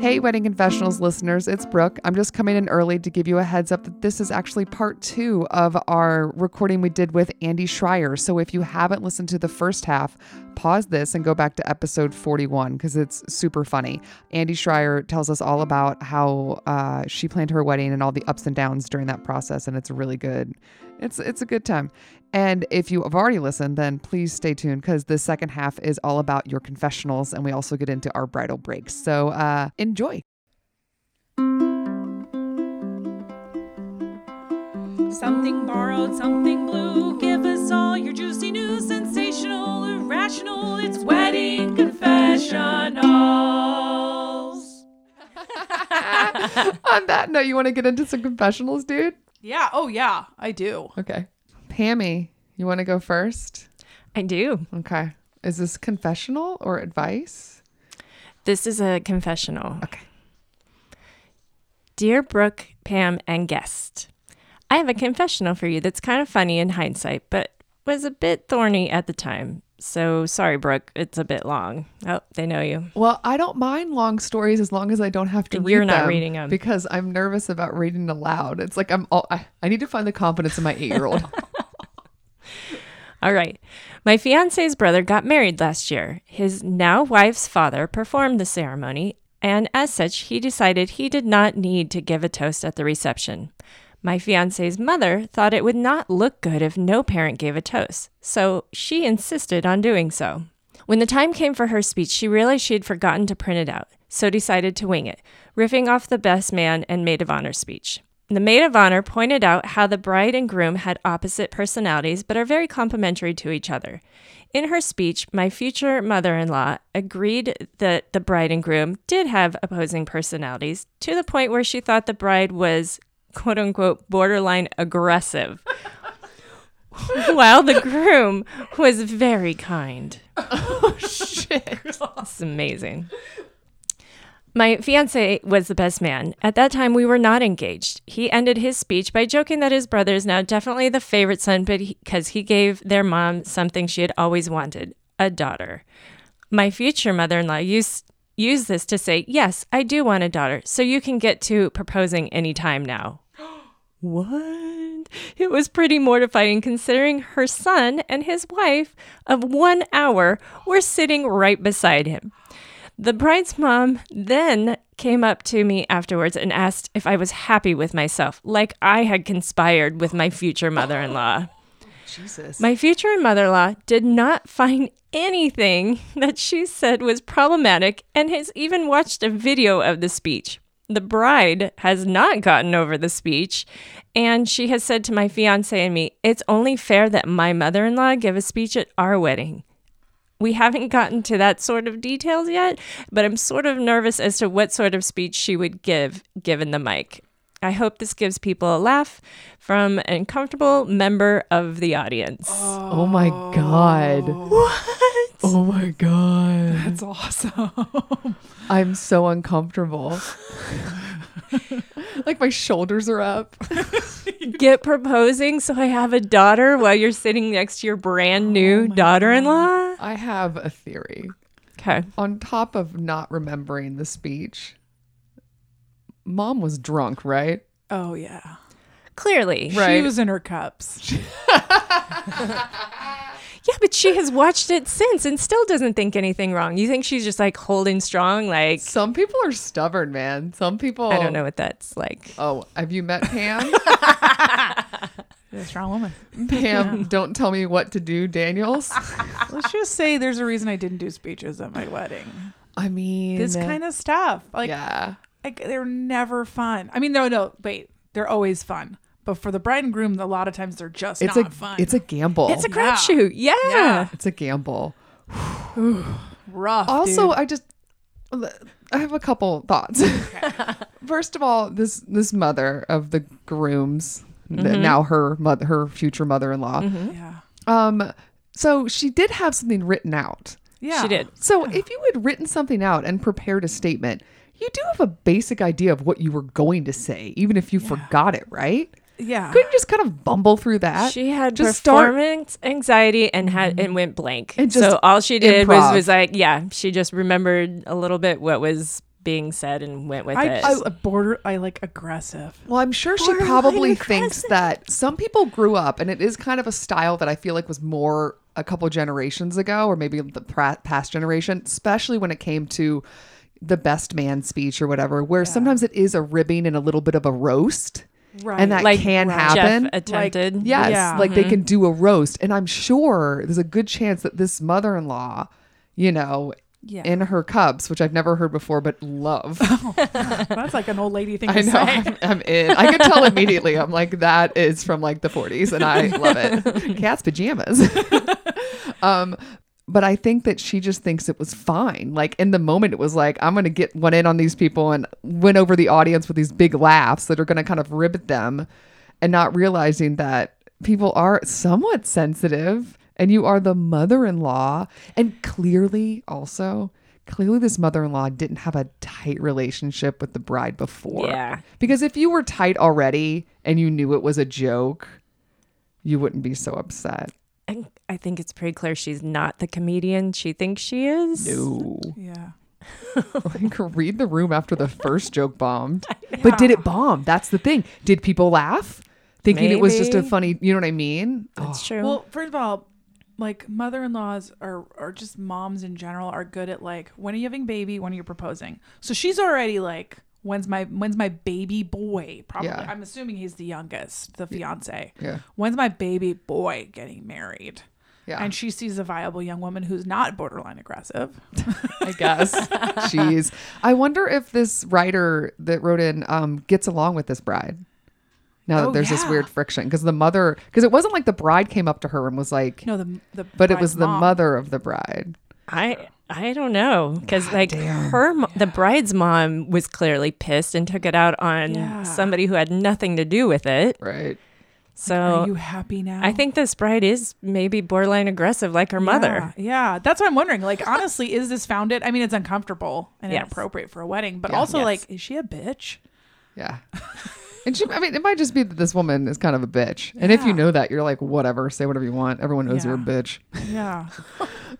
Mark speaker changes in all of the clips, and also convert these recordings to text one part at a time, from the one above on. Speaker 1: Hey, Wedding Confessionals listeners, it's Brooke. I'm just coming in early to give you a heads up that this is actually part two of our recording we did with Andy Schreier. So if you haven't listened to the first half, pause this and go back to episode 41 because it's super funny. Andy Schreier tells us all about how uh, she planned her wedding and all the ups and downs during that process, and it's really good. It's it's a good time. And if you have already listened, then please stay tuned because the second half is all about your confessionals, and we also get into our bridal breaks. So uh, enjoy.
Speaker 2: Something borrowed, something blue. Give us all your juicy news, sensational, irrational. It's wedding confessionals.
Speaker 1: On that note, you want to get into some confessionals, dude?
Speaker 2: Yeah, oh yeah, I do.
Speaker 1: Okay. Pammy, you want to go first?
Speaker 3: I do.
Speaker 1: Okay. Is this confessional or advice?
Speaker 3: This is a confessional. Okay. Dear Brooke, Pam, and guest, I have a confessional for you that's kind of funny in hindsight, but was a bit thorny at the time. So sorry, Brooke, it's a bit long. Oh, they know you.
Speaker 1: Well, I don't mind long stories as long as I don't have to read
Speaker 3: You're not
Speaker 1: them
Speaker 3: reading 'em.
Speaker 1: because I'm nervous about reading aloud. It's like I'm all I, I need to find the confidence in my eight year old.
Speaker 3: All right. My fiance's brother got married last year. His now wife's father performed the ceremony, and as such, he decided he did not need to give a toast at the reception. My fiance's mother thought it would not look good if no parent gave a toast, so she insisted on doing so. When the time came for her speech, she realized she had forgotten to print it out, so decided to wing it, riffing off the best man and maid of honor speech. The maid of honor pointed out how the bride and groom had opposite personalities but are very complimentary to each other. In her speech, my future mother in law agreed that the bride and groom did have opposing personalities to the point where she thought the bride was, quote unquote, borderline aggressive, while the groom was very kind. It's amazing. My fiance was the best man. At that time, we were not engaged. He ended his speech by joking that his brother is now definitely the favorite son but because he gave their mom something she had always wanted a daughter. My future mother in law used, used this to say, Yes, I do want a daughter, so you can get to proposing any time now. What? It was pretty mortifying considering her son and his wife of one hour were sitting right beside him. The bride's mom then came up to me afterwards and asked if I was happy with myself, like I had conspired with my future mother in law.
Speaker 1: Jesus.
Speaker 3: My future mother in law did not find anything that she said was problematic and has even watched a video of the speech. The bride has not gotten over the speech, and she has said to my fiance and me, It's only fair that my mother in law give a speech at our wedding. We haven't gotten to that sort of details yet, but I'm sort of nervous as to what sort of speech she would give given the mic. I hope this gives people a laugh from an uncomfortable member of the audience.
Speaker 1: Oh my god. What? Oh my god.
Speaker 2: That's awesome.
Speaker 1: I'm so uncomfortable. like my shoulders are up.
Speaker 3: Get proposing so I have a daughter while you're sitting next to your brand
Speaker 1: Oh
Speaker 3: new daughter in law?
Speaker 1: I have a theory.
Speaker 3: Okay.
Speaker 1: On top of not remembering the speech, mom was drunk, right?
Speaker 2: Oh yeah.
Speaker 3: Clearly.
Speaker 1: Right.
Speaker 2: She was in her cups.
Speaker 3: Yeah, but she has watched it since and still doesn't think anything wrong. You think she's just like holding strong? Like,
Speaker 1: Some people are stubborn, man. Some people
Speaker 3: I don't know what that's like.
Speaker 1: Oh, have you met Pam?
Speaker 2: She's a strong woman.
Speaker 1: Pam, don't tell me what to do, Daniels.
Speaker 2: Let's just say there's a reason I didn't do speeches at my wedding.
Speaker 1: I mean,
Speaker 2: This kind of stuff. Like
Speaker 1: yeah.
Speaker 2: like they're never fun. I mean, no, no, wait, they're always fun. But for the bride and groom, a lot of times they're just
Speaker 1: It's
Speaker 2: not
Speaker 1: a
Speaker 2: fun.
Speaker 1: it's a gamble.
Speaker 3: It's a
Speaker 2: Yeah.
Speaker 3: crapshoot. Oh, Yeah.
Speaker 2: Yeah.
Speaker 1: it's a gamble.
Speaker 2: rough.
Speaker 1: also
Speaker 2: dude.
Speaker 1: i just i have a couple thoughts first of all this this mother of the grooms th- now her mother her future mother-in-law
Speaker 4: Mm-hmm.
Speaker 2: yeah,
Speaker 1: um so she did have something written out
Speaker 2: yeah,
Speaker 3: She did.
Speaker 1: so if you had written something out and prepared a statement you do have a basic idea of what you were going to say even if you forgot it right
Speaker 2: Yeah,
Speaker 1: couldn't you just kind of bumble through that
Speaker 3: She had
Speaker 1: just start
Speaker 3: performance anxiety and had and went blank.
Speaker 1: And just
Speaker 3: so all she did was,
Speaker 1: improv.
Speaker 3: was like, yeah, she just remembered a little bit what was being said and went with
Speaker 4: I,
Speaker 3: it.
Speaker 4: I a border. I like aggressive.
Speaker 1: Well, I'm sure she
Speaker 4: Borderline
Speaker 1: probably
Speaker 4: aggressive.
Speaker 1: thinks that some people grew up, and it is kind of a style that I feel like was more a couple generations ago, or maybe the pra- past generation, especially when it came to the best man speech or whatever, where sometimes it is a ribbing and a little bit of a roast.
Speaker 4: Right.
Speaker 1: And that
Speaker 3: Like
Speaker 1: can
Speaker 3: Jeff Mm-hmm.
Speaker 1: happen.
Speaker 3: attempted.
Speaker 1: Yes,
Speaker 4: Yeah.
Speaker 1: like they can do a roast, and I'm sure there's a good chance that this mother-in-law, you know,
Speaker 4: Yeah.
Speaker 1: in her cups, which I've never heard before, but love.
Speaker 4: That's like an old lady thing
Speaker 1: I
Speaker 4: to
Speaker 1: know
Speaker 4: say.
Speaker 1: I'm, I'm in. I could tell immediately. I'm like that is from like the 40s, and I love it. Cat's pajamas. um, but I think that she just thinks it was fine. Like in the moment, it was like I'm gonna get one in on these people and win over the audience with these big laughs that are gonna kind of rib at them, and not realizing that people are somewhat sensitive, and you are the mother-in-law, and clearly also. Clearly, this mother in law didn't have a tight relationship with the bride before.
Speaker 3: Yeah.
Speaker 1: Because if you were tight already and you knew it was a joke, you wouldn't be so upset.
Speaker 3: And I think it's pretty clear she's not the comedian she thinks she is.
Speaker 1: No.
Speaker 4: Yeah.
Speaker 1: like, read the room after the first joke bombed. But did it bomb? That's the thing. Did people laugh? Thinking it was just a
Speaker 3: Maybe.
Speaker 1: funny, you know what I mean?
Speaker 4: Oh.
Speaker 3: That's true.
Speaker 4: Well, first of all, like mother-in-laws are or just moms in general are good at like when are you having baby, when are you proposing. So she's already like when's my when's my baby boy? Probably
Speaker 1: Yeah.
Speaker 4: I'm assuming he's the youngest, the fiance.
Speaker 1: Yeah.
Speaker 4: When's my baby boy getting married?
Speaker 1: Yeah.
Speaker 4: And she sees a viable young woman who's not borderline aggressive.
Speaker 1: I guess. Jeez. I wonder if this writer that wrote in um, gets along with this bride. Now that
Speaker 4: Oh,
Speaker 1: there's this
Speaker 4: yeah.
Speaker 1: weird friction, because the mother, because it wasn't like the bride came up to her and was like,
Speaker 4: No, the the
Speaker 1: but it
Speaker 4: bride's
Speaker 1: was the
Speaker 4: mom.
Speaker 1: mother of the bride.
Speaker 3: I I don't know because like her mo- the bride's mom was clearly pissed and took it out on
Speaker 4: Yeah.
Speaker 3: somebody who had nothing to do with it.
Speaker 1: Right.
Speaker 3: So
Speaker 4: Are you happy now?
Speaker 3: Oh, I think this bride is maybe borderline aggressive like her mother.
Speaker 4: Yeah, yeah. that's what I'm wondering. Like, honestly, is this founded? I mean, it's uncomfortable and
Speaker 3: Yes.
Speaker 4: inappropriate for a wedding, but
Speaker 1: Yeah.
Speaker 4: also,
Speaker 3: Yes.
Speaker 4: like, is she a bitch?
Speaker 1: Yeah. And she, I mean, it might just be that this woman is kind of a bitch. And if you
Speaker 4: Yeah.
Speaker 1: know that, you're like, whatever, say whatever you want. Everyone knows you're a
Speaker 4: Yeah.
Speaker 1: bitch.
Speaker 4: Yeah.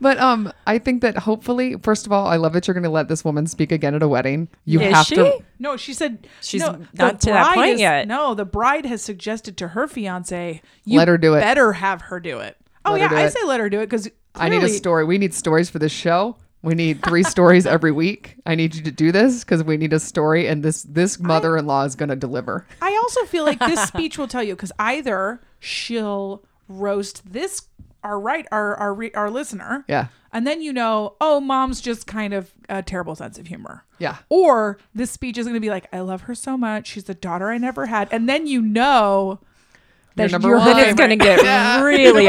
Speaker 1: But um, I think that hopefully, first of all, I love that you're going to let this woman speak again at a wedding. You
Speaker 3: Is
Speaker 1: have
Speaker 3: she?
Speaker 1: to.
Speaker 4: No, she said
Speaker 3: She's
Speaker 4: no, the
Speaker 3: not to that
Speaker 4: bride
Speaker 3: point
Speaker 4: is-
Speaker 3: yet.
Speaker 4: No, the bride has suggested to her fiance, you
Speaker 1: Let her do it.
Speaker 4: Better have her do it. Oh
Speaker 1: Let her
Speaker 4: yeah,
Speaker 1: do
Speaker 4: I
Speaker 1: it.
Speaker 4: say let her do it because
Speaker 1: I need a story. We need stories for this show. We need three stories every week. I need you to do this because we need a story, and this this mother in law is going to deliver.
Speaker 4: I also feel like this speech will tell you because either she'll roast this our right our our re, our listener,
Speaker 1: Yeah.
Speaker 4: and then you know, oh, mom's just kind of a terrible sense of humor.
Speaker 1: Yeah.
Speaker 4: Or this speech is going to be like, I love her so much. She's the daughter I never had, and then you know that
Speaker 1: You're number
Speaker 4: you're
Speaker 1: one.
Speaker 3: Then
Speaker 4: her
Speaker 3: it's going to get
Speaker 1: Yeah.
Speaker 3: really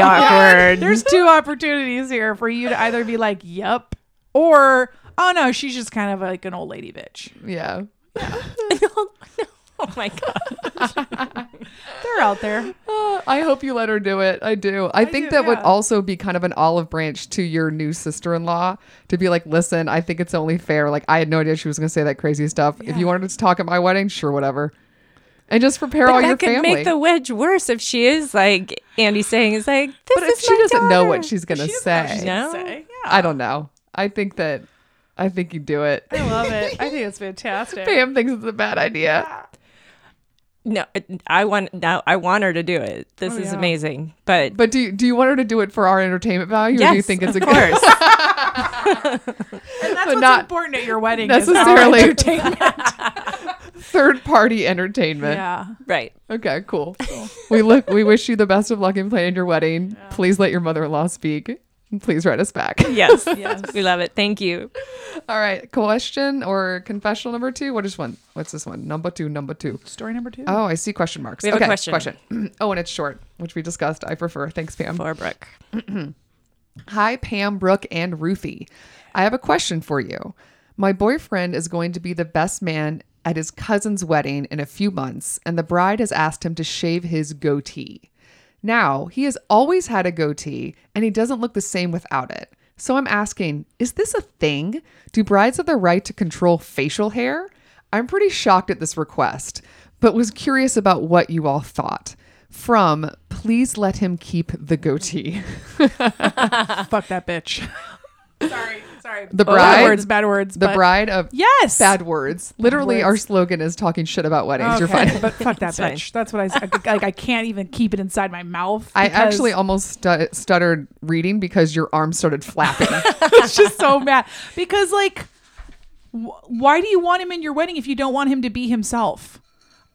Speaker 3: awkward.
Speaker 4: There's two opportunities here for you to either be like, yep, or oh no, she's just kind of like an old lady bitch.
Speaker 1: Yeah.
Speaker 3: oh my god.
Speaker 4: They're out there.
Speaker 1: Uh, I hope you let her do it. I do. I, think
Speaker 4: do,
Speaker 1: that would
Speaker 4: yeah.
Speaker 1: also be kind of an olive branch to your new sister in law to be like, listen, I think it's only fair. Like, I had no idea she was going to say that crazy stuff. If you wanted to talk at my wedding, sure, whatever. And just prepare all
Speaker 3: But
Speaker 1: your
Speaker 3: that could
Speaker 1: family.
Speaker 3: make the wedge worse if she is like Andy saying is like this
Speaker 1: but if
Speaker 3: is
Speaker 1: she
Speaker 3: my
Speaker 1: doesn't know
Speaker 3: daughter.
Speaker 1: what she's going to say,
Speaker 3: she's- No.
Speaker 4: Say. Yeah.
Speaker 1: I don't know. I think that, I think you do it.
Speaker 4: I love it. I think it's fantastic.
Speaker 1: Pam thinks it's a bad idea.
Speaker 3: No, uh, I want now. I want her to do it. This is
Speaker 4: yeah.
Speaker 3: amazing. But,
Speaker 1: But do you, do you want her to do it for our entertainment value, or do you
Speaker 3: Yes,
Speaker 1: think it's a
Speaker 3: of
Speaker 1: good?
Speaker 3: course.
Speaker 4: And that's
Speaker 1: But
Speaker 4: what's
Speaker 1: not
Speaker 4: important at your wedding. is our
Speaker 1: necessarily
Speaker 4: entertainment.
Speaker 1: third party entertainment?
Speaker 4: yeah.
Speaker 3: right.
Speaker 1: Okay, cool. we look. We wish you the best of luck in planning your wedding. Please let your mother-in-law speak. And Please write us back.
Speaker 3: Yes. yes. We love it. Thank you.
Speaker 1: All right, question or confessional number two. What is one? What's this one? Number two. Number two.
Speaker 4: Story number two.
Speaker 1: Oh, I see question marks.
Speaker 3: We have a
Speaker 1: okay,
Speaker 3: question.
Speaker 1: oh, and it's short, which we discussed. I prefer. Thanks, Pam.
Speaker 3: For Brooke.
Speaker 1: Hi, Pam, Brooke, and Ruthie. I have a question for you. My boyfriend is going to be the best man at his cousin's wedding in a few months, and the bride has asked him to shave his goatee. Now, he has always had a goatee, and he doesn't look the same without it. So I'm asking, is this a thing? Do brides have the right to control facial hair? I'm pretty shocked at this request, but was curious about what you all thought. From please let him keep the goatee.
Speaker 4: Fuck that bitch. Sorry, sorry.
Speaker 1: The
Speaker 4: Oh,
Speaker 1: bride-
Speaker 4: Bad words, bad words.
Speaker 1: The
Speaker 4: but-
Speaker 1: bride of
Speaker 4: Yes.
Speaker 1: bad words. Literally, our
Speaker 4: words.
Speaker 1: slogan is talking shit about weddings. You're
Speaker 4: Okay,
Speaker 1: fine.
Speaker 4: But fuck that
Speaker 3: It's fine.
Speaker 4: bitch. That's what I said. Like, I can't even keep it inside my mouth.
Speaker 1: I
Speaker 4: because
Speaker 1: actually almost stu- stuttered reading because your arm started flapping.
Speaker 4: was just so mad. Because, like, wh- why do you want him in your wedding if you don't want him to be himself?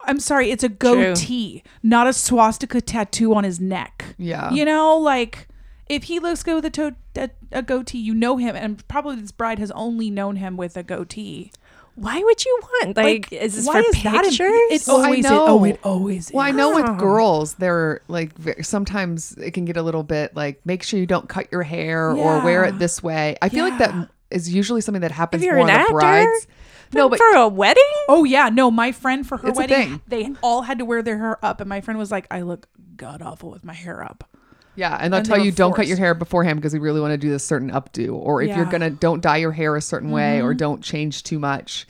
Speaker 4: I'm sorry, it's a goatee, not a swastika tattoo on his neck.
Speaker 1: Yeah.
Speaker 4: You know, like, if he looks good with a, to- a, a goatee, you know him. And probably this bride has only known him with a goatee.
Speaker 3: Why would you want? Like, is this
Speaker 4: why
Speaker 3: for
Speaker 4: is that im-
Speaker 3: pictures?
Speaker 4: it
Speaker 1: Well, I
Speaker 4: always is.
Speaker 1: know.
Speaker 4: Oh, it always
Speaker 1: Well, I
Speaker 4: is.
Speaker 1: know with girls, they're like ve- sometimes it can get a little bit like make sure you don't cut your hair or wear
Speaker 4: Yeah.
Speaker 1: it this way. I feel like
Speaker 4: Yeah.
Speaker 1: that is usually something that happens
Speaker 3: you're
Speaker 1: more on
Speaker 3: an
Speaker 1: the
Speaker 3: actor,
Speaker 1: brides. No, but
Speaker 3: for a wedding?
Speaker 4: Oh yeah, no, my friend for her
Speaker 1: It's a
Speaker 4: wedding,
Speaker 1: thing.
Speaker 4: they all had to wear their hair up, and my friend was like, "I look god awful with my hair up."
Speaker 1: yeah, and they'll
Speaker 4: And they
Speaker 1: tell
Speaker 4: were
Speaker 1: you don't cut your
Speaker 4: forced.
Speaker 1: hair beforehand because we really want to do this certain updo, or if
Speaker 4: Yeah. Mm-hmm.
Speaker 1: you're gonna don't dye your hair a certain way or don't change too much.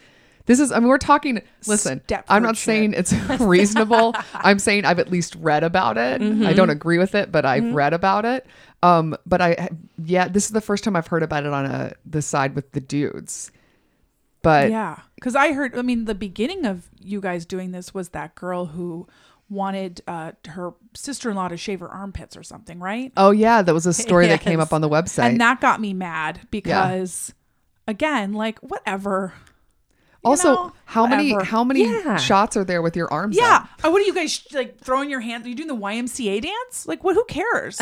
Speaker 1: This is, I mean, we're talking. Listen, I'm
Speaker 4: Stepford
Speaker 1: not
Speaker 4: shit.
Speaker 1: saying it's reasonable. I'm saying I've at least read about it.
Speaker 4: Mm-hmm.
Speaker 1: I don't agree with it, but I've read about it. Um, but I, yeah, this is the first time I've heard about it on a the side with the dudes. But
Speaker 4: yeah, because I heard. I mean, the beginning of you guys doing this was that girl who wanted uh, her sister-in-law to shave her armpits or something, right?
Speaker 1: oh yeah, that was a story that came
Speaker 3: Yes.
Speaker 1: up on the website.
Speaker 4: And that got me mad because, again, like whatever. you
Speaker 1: also,
Speaker 4: know,
Speaker 1: how many
Speaker 4: whatever.
Speaker 1: how many
Speaker 3: Yeah.
Speaker 1: shots are there with your arms?
Speaker 4: Yeah.
Speaker 1: up?
Speaker 4: Oh, what are you guys like throwing your hands? Are you doing the YMCA dance? Like, what? Who cares?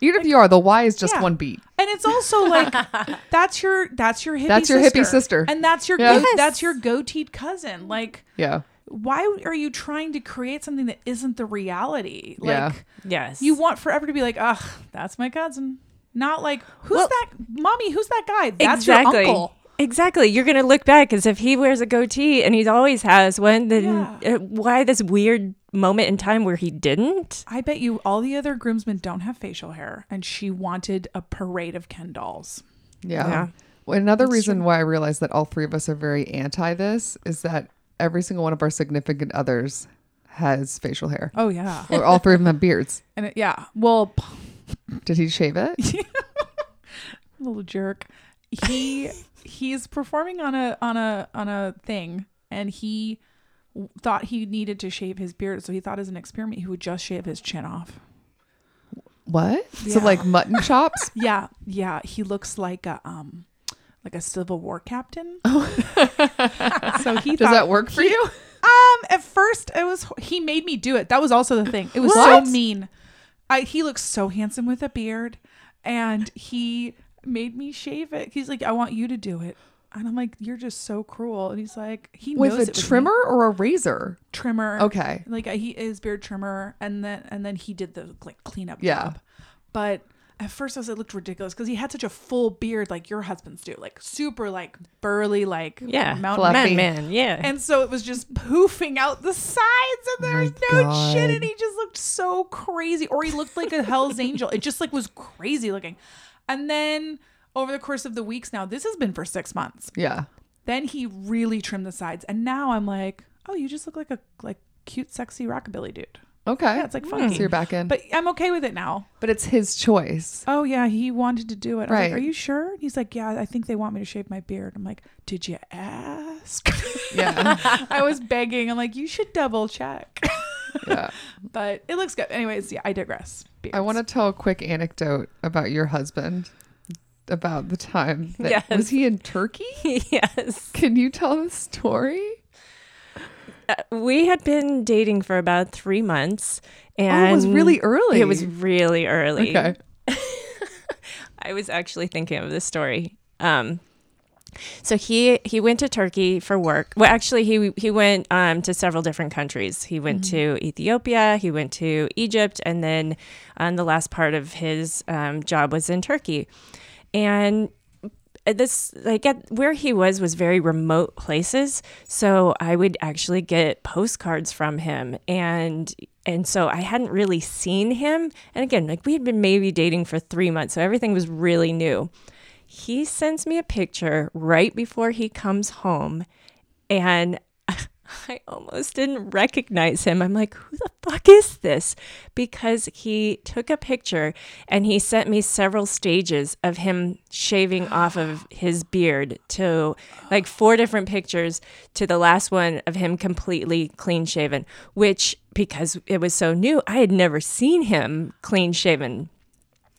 Speaker 1: even if you are, the Y is just
Speaker 4: Yeah.
Speaker 1: one beat.
Speaker 4: And it's also like that's your that's your hippie
Speaker 1: That's your
Speaker 4: sister.
Speaker 1: hippie sister.
Speaker 4: and that's your
Speaker 1: Yeah.
Speaker 4: goat that's your goateed cousin. Like,
Speaker 1: Yeah,
Speaker 4: why are you trying to create something that isn't the reality? Like,
Speaker 1: Yeah.
Speaker 3: Yes.
Speaker 4: you want forever to be like, ugh, that's my cousin. Not like who's
Speaker 3: Well-
Speaker 4: that, mommy? Who's that guy? That's
Speaker 3: exactly.
Speaker 4: your uncle.
Speaker 3: Exactly. You're going to look back as if he wears a goatee and he always has one. Then
Speaker 4: Yeah.
Speaker 3: uh, why this weird moment in time where he didn't?
Speaker 4: I bet you all the other groomsmen don't have facial hair, and she wanted a parade of Ken dolls.
Speaker 1: yeah.
Speaker 3: Yeah.
Speaker 1: Well, another reason why I realized that all three of us are very anti this is that every single one of our significant others has facial hair.
Speaker 4: Oh yeah,
Speaker 1: Or all three of them have beards.
Speaker 4: and it, yeah. Well, p-
Speaker 1: Did he shave it?
Speaker 4: little jerk. He he's performing on a on a on a thing, and he w- thought he needed to shave his beard, so he thought as an experiment he would just shave his chin off.
Speaker 1: What? So
Speaker 4: Yeah.
Speaker 1: like mutton chops?
Speaker 4: Yeah, yeah. He looks like a um like a Civil War captain. so he
Speaker 1: Does
Speaker 4: thought,
Speaker 1: that work for you?
Speaker 4: Um, at first it was he made me do it. That was also the thing. It was
Speaker 1: What?
Speaker 4: so mean. I he looks so handsome with a beard, and he made me shave it. He's like, I want you to do it. And I'm like, you're just so cruel. And he's like, he knows
Speaker 1: With
Speaker 4: it
Speaker 1: a
Speaker 4: was me.
Speaker 1: trimmer Oh, or a razor?
Speaker 4: trimmer.
Speaker 1: Okay.
Speaker 4: like he is beard trimmer, and then and then he did the like cleanup
Speaker 1: Yeah.
Speaker 4: job. But at first, I was it looked ridiculous because he had such a full beard, like your husbands do, like super like burly, like
Speaker 3: Yeah.
Speaker 4: mountain
Speaker 1: Fluffy.
Speaker 3: Man, man. Yeah.
Speaker 4: and so it was just poofing out the sides, and there
Speaker 1: Oh my
Speaker 4: was no
Speaker 1: God.
Speaker 4: shit, and he just looked so crazy, or he looked like a Hell's Angel. It just like was crazy looking. And then over the course of the weeks, now this has been for six months.
Speaker 1: Yeah.
Speaker 4: Then he really trimmed the sides, and now I'm like, oh, you just look like a like cute, sexy rockabilly dude.
Speaker 1: Okay.
Speaker 4: Yeah, it's like funky.
Speaker 1: So you're back in. But,
Speaker 4: But I'm okay with it now.
Speaker 1: it's his choice.
Speaker 4: Oh yeah, he wanted to do it. I was
Speaker 1: Right.
Speaker 4: like, Are you sure? And he's like, Yeah, I think they want me to shave my beard. I'm like, Did you ask?
Speaker 1: Yeah.
Speaker 4: I was begging. I'm like, you should double check.
Speaker 1: yeah.
Speaker 4: but it looks good. Anyways, yeah, I digress.
Speaker 1: I want to tell a quick anecdote about your husband about the time that
Speaker 3: Yes.
Speaker 1: was he in Turkey?
Speaker 3: yes.
Speaker 1: Can you tell the story?
Speaker 3: Uh, we had been dating for about three months.
Speaker 1: Oh,
Speaker 3: And
Speaker 1: it was really early.
Speaker 3: It was really early.
Speaker 1: okay.
Speaker 3: I was actually thinking of this story. Um, so he he went to Turkey for work. Well, actually, he he went um, to several different countries. He went to Ethiopia, he went to Egypt, and then um, the last part of his um, job was in Turkey. And uh, this like at where he was was very remote places so i would actually get postcards from him and and so i hadn't really seen him and again like we had been maybe dating for three months so everything was really new he sends me a picture right before he comes home and I almost didn't recognize him. I'm like, who the fuck is this? Because he took a picture and he sent me several stages of him shaving off of his beard to like four different pictures to the last one of him completely clean shaven, which because it was so new, I had never seen him clean shaven.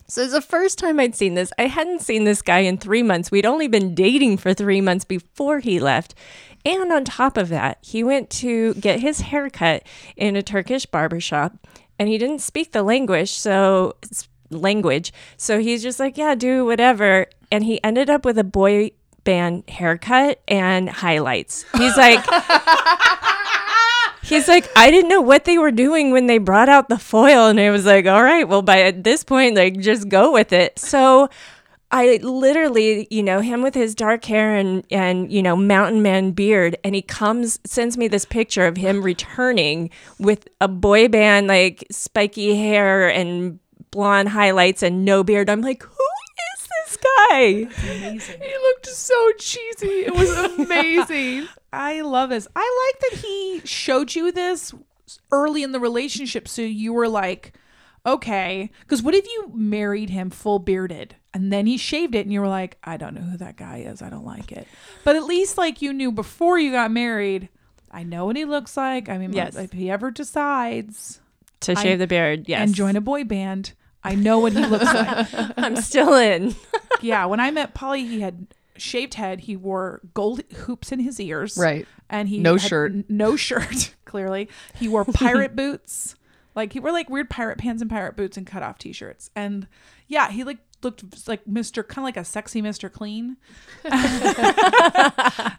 Speaker 3: So it's the first time I'd seen this. I hadn't seen this guy in three months. We'd only been dating for three months before he left. And on top of that, he went to get his haircut in a Turkish barber shop, and he didn't speak the language, so s- language. So he's just like, yeah, do whatever. And he ended up with a boy band haircut and highlights. He's like He's like, I didn't know what they were doing when they brought out the foil. And I was like, all right, well, by at this point, like, just go with it. So I literally, you know, him with his dark hair and, and, you know, mountain man beard. And he comes, sends me this picture of him returning with a boy band, like, spiky hair and blonde highlights and no beard. I'm like, who is this guy?
Speaker 1: He looked so cheesy. It was amazing.
Speaker 4: I love this. I like that he showed you this early in the relationship, so you were like, okay. Because what if you married him full bearded and then he shaved it, and you were like, I don't know who that guy is. I don't like it. But at least like you knew before you got married. I know what he looks like. I mean,
Speaker 3: Yes.
Speaker 4: if he ever decides
Speaker 3: To shave the beard, yes.
Speaker 4: and join a boy band, I know what he looks like.
Speaker 3: I'm still in.
Speaker 4: yeah, when I met Polly, he had shaved head. He wore gold hoops in his ears.
Speaker 1: Right.
Speaker 4: and he
Speaker 1: No
Speaker 4: had
Speaker 1: shirt.
Speaker 4: n- no shirt. Clearly, he wore pirate boots. Like he wore like weird pirate pants and pirate boots and cut off t-shirts. And yeah, he like looked like Mr. kind of like a sexy Mr. Clean.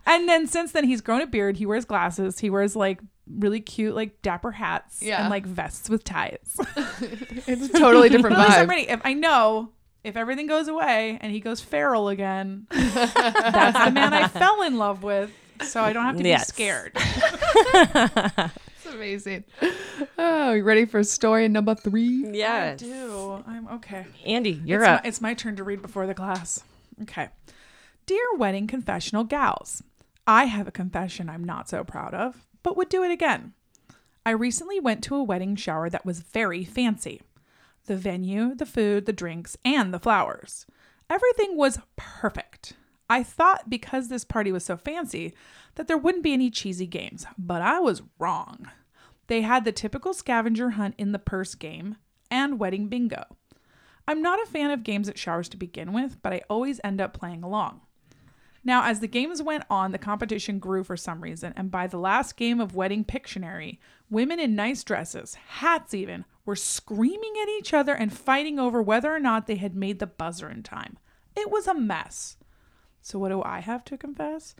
Speaker 4: and then since then he's grown a beard, he wears glasses, he wears like really cute like dapper hats
Speaker 1: Yeah.
Speaker 4: and like vests with ties.
Speaker 1: It's a totally different
Speaker 4: At least I'm
Speaker 1: vibe.
Speaker 4: ready. If I know if everything goes away and he goes feral again, that's the man I fell in love with. So I don't have to
Speaker 3: Yes.
Speaker 4: be scared.
Speaker 1: It's amazing. Oh, you ready for story number three?
Speaker 4: I
Speaker 3: Yes.
Speaker 4: do. I'm okay.
Speaker 3: Andy, you're
Speaker 4: it's
Speaker 3: up.
Speaker 4: My, it's my turn to read before the class. Okay. Dear wedding confessional gals, I have a confession I'm not so proud of, but would do it again. I recently went to a wedding shower that was very fancy. The venue, the food, the drinks, and the flowers. Everything was perfect. I thought because this party was so fancy that there wouldn't be any cheesy games, but I was wrong. They had the typical scavenger hunt in the purse game and wedding bingo. I'm not a fan of games at showers to begin with, but I always end up playing along. Now, as the games went on, the competition grew for some reason, and by the last game of Wedding Pictionary, women in nice dresses, hats even, were screaming at each other and fighting over whether or not they had made the buzzer in time. It was a mess. So, what do I have to confess?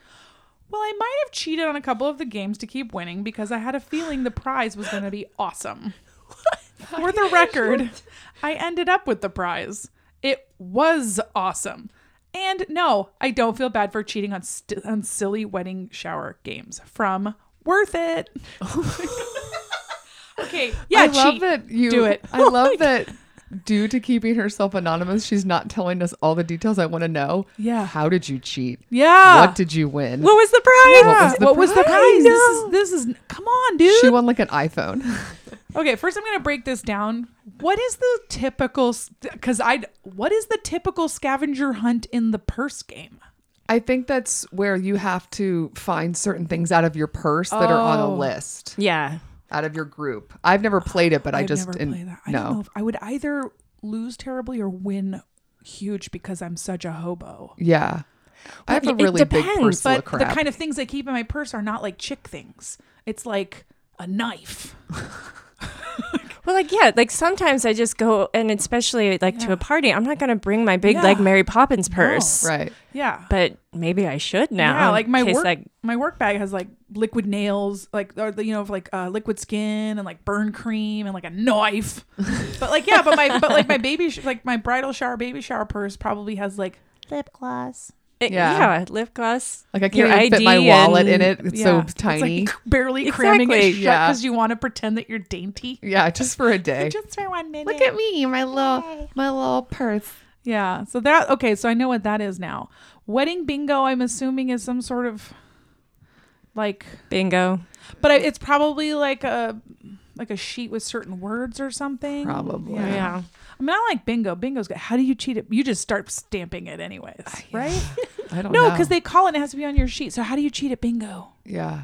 Speaker 4: Well, I might have cheated on a couple of the games to keep winning because I had a feeling the prize was going to be awesome. For the record, I ended up with the prize. It was awesome. And no, I don't feel bad for cheating on, st- on silly wedding shower games from Worth It. okay. Yeah,
Speaker 1: I love
Speaker 4: cheat.
Speaker 1: that you
Speaker 4: Do it.
Speaker 1: I love that due to keeping herself anonymous, she's not telling us all the details I want to know.
Speaker 4: Yeah.
Speaker 1: How did you cheat?
Speaker 4: Yeah.
Speaker 1: What did you win?
Speaker 3: What was the prize?
Speaker 1: What
Speaker 4: Yeah,
Speaker 1: was the
Speaker 4: prize?
Speaker 1: prize?
Speaker 4: This is, this is, come on, dude.
Speaker 1: she won like an iPhone.
Speaker 4: Okay, first I'm going to break this down. What is the typical cuz I what is the typical scavenger hunt in the purse game?
Speaker 1: I think that's where you have to find certain things out of your purse that are on a
Speaker 4: Oh.
Speaker 1: list
Speaker 3: Yeah.
Speaker 1: out of your group. I've never played it, but I
Speaker 4: I've
Speaker 1: just
Speaker 4: never
Speaker 1: didn't
Speaker 4: played that. I
Speaker 1: know.
Speaker 4: don't know if I would either lose terribly or win huge because I'm such a hobo.
Speaker 1: Yeah. I have a
Speaker 3: it
Speaker 1: really big
Speaker 3: depends,
Speaker 1: purse full
Speaker 4: But
Speaker 1: of crap.
Speaker 4: the kind of things I keep in my purse are not like chick things. It's like a knife.
Speaker 3: Well, like, yeah, like sometimes I just go, and especially like to a party, I'm not going to bring my big, like,
Speaker 4: Yeah.
Speaker 3: Mary Poppins purse.
Speaker 1: right.
Speaker 4: Yeah.
Speaker 3: But maybe I should now.
Speaker 4: Yeah, like my
Speaker 3: in case,
Speaker 4: work
Speaker 3: Like,
Speaker 4: my work bag has like liquid nails, like or the- you know, like uh, liquid skin and like burn cream and like a knife. but like yeah, but my but like my baby sh- like my bridal shower baby shower purse probably has like lip gloss.
Speaker 3: it-
Speaker 1: Yeah.
Speaker 3: yeah. lip gloss.
Speaker 1: Like I
Speaker 3: your
Speaker 1: can't even fit
Speaker 3: ID
Speaker 1: my wallet in
Speaker 3: and-
Speaker 1: it. It's
Speaker 4: Yeah.
Speaker 1: so
Speaker 4: It's, like,
Speaker 1: tiny.
Speaker 4: barely cramming it
Speaker 3: Exactly.
Speaker 4: shut
Speaker 1: Yeah.
Speaker 4: because you want to pretend that you're dainty.
Speaker 1: yeah, just for a day.
Speaker 4: Just for one minute.
Speaker 1: me, my little my little purse.
Speaker 4: Yeah. So that okay, so I know what that is now. Wedding bingo I'm assuming is some sort of like
Speaker 3: Bingo.
Speaker 4: But I, it's probably like a like a sheet with certain words or something.
Speaker 1: Probably.
Speaker 4: Yeah.
Speaker 3: Yeah.
Speaker 4: I mean, I like bingo. Bingo's good. How do you cheat it? You just start stamping it anyways, right?
Speaker 1: I don't know.
Speaker 4: No, because they call it and it has to be on your sheet. So how do you cheat at bingo?
Speaker 1: Yeah.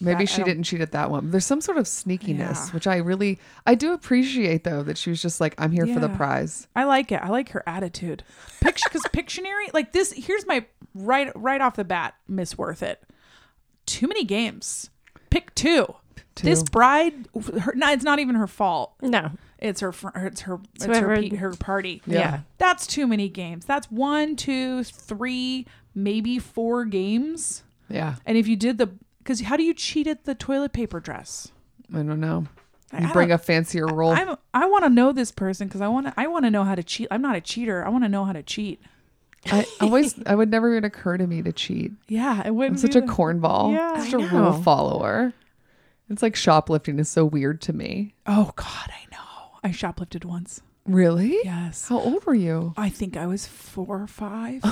Speaker 1: Maybe
Speaker 4: I
Speaker 1: she
Speaker 4: don't-
Speaker 1: didn't cheat at that one. There's some sort of sneakiness,
Speaker 4: Yeah.
Speaker 1: which I really, I do appreciate though that she was just like, "I'm here for the
Speaker 4: Yeah.
Speaker 1: prize."
Speaker 4: I like it. I like her attitude. Picture because Pictionary, like this. Here's my right right off the bat, Miss Worth It. Too many games. Pick two. This
Speaker 1: Two.
Speaker 4: bride, her, no, it's not even her fault.
Speaker 3: No.
Speaker 4: It's her. fr- It's her. It's, her,
Speaker 3: whoever-
Speaker 4: pe- her party.
Speaker 3: Yeah.
Speaker 4: That's too many games. That's one, two, three, maybe four games.
Speaker 1: Yeah.
Speaker 4: And if you did the, because how do you cheat at the toilet paper dress?
Speaker 1: I don't know.
Speaker 4: I-
Speaker 1: You
Speaker 4: I
Speaker 1: bring
Speaker 4: don't-
Speaker 1: a fancier roll.
Speaker 4: I'm, I want to know this person because I want to. I want to know how to cheat. I'm not a cheater. I want to know how to cheat.
Speaker 1: I always, I would never even occur to me to cheat.
Speaker 4: Yeah, it wouldn't.
Speaker 1: I'm such
Speaker 4: be
Speaker 1: a
Speaker 4: the-
Speaker 1: cornball.
Speaker 4: Yeah.
Speaker 1: such
Speaker 3: I
Speaker 1: a rule
Speaker 3: know.
Speaker 1: follower. It's like shoplifting is so weird to me.
Speaker 4: Oh God, I know. I shoplifted once.
Speaker 1: Really?
Speaker 4: Yes.
Speaker 1: How old were you?
Speaker 4: I think I was four or five.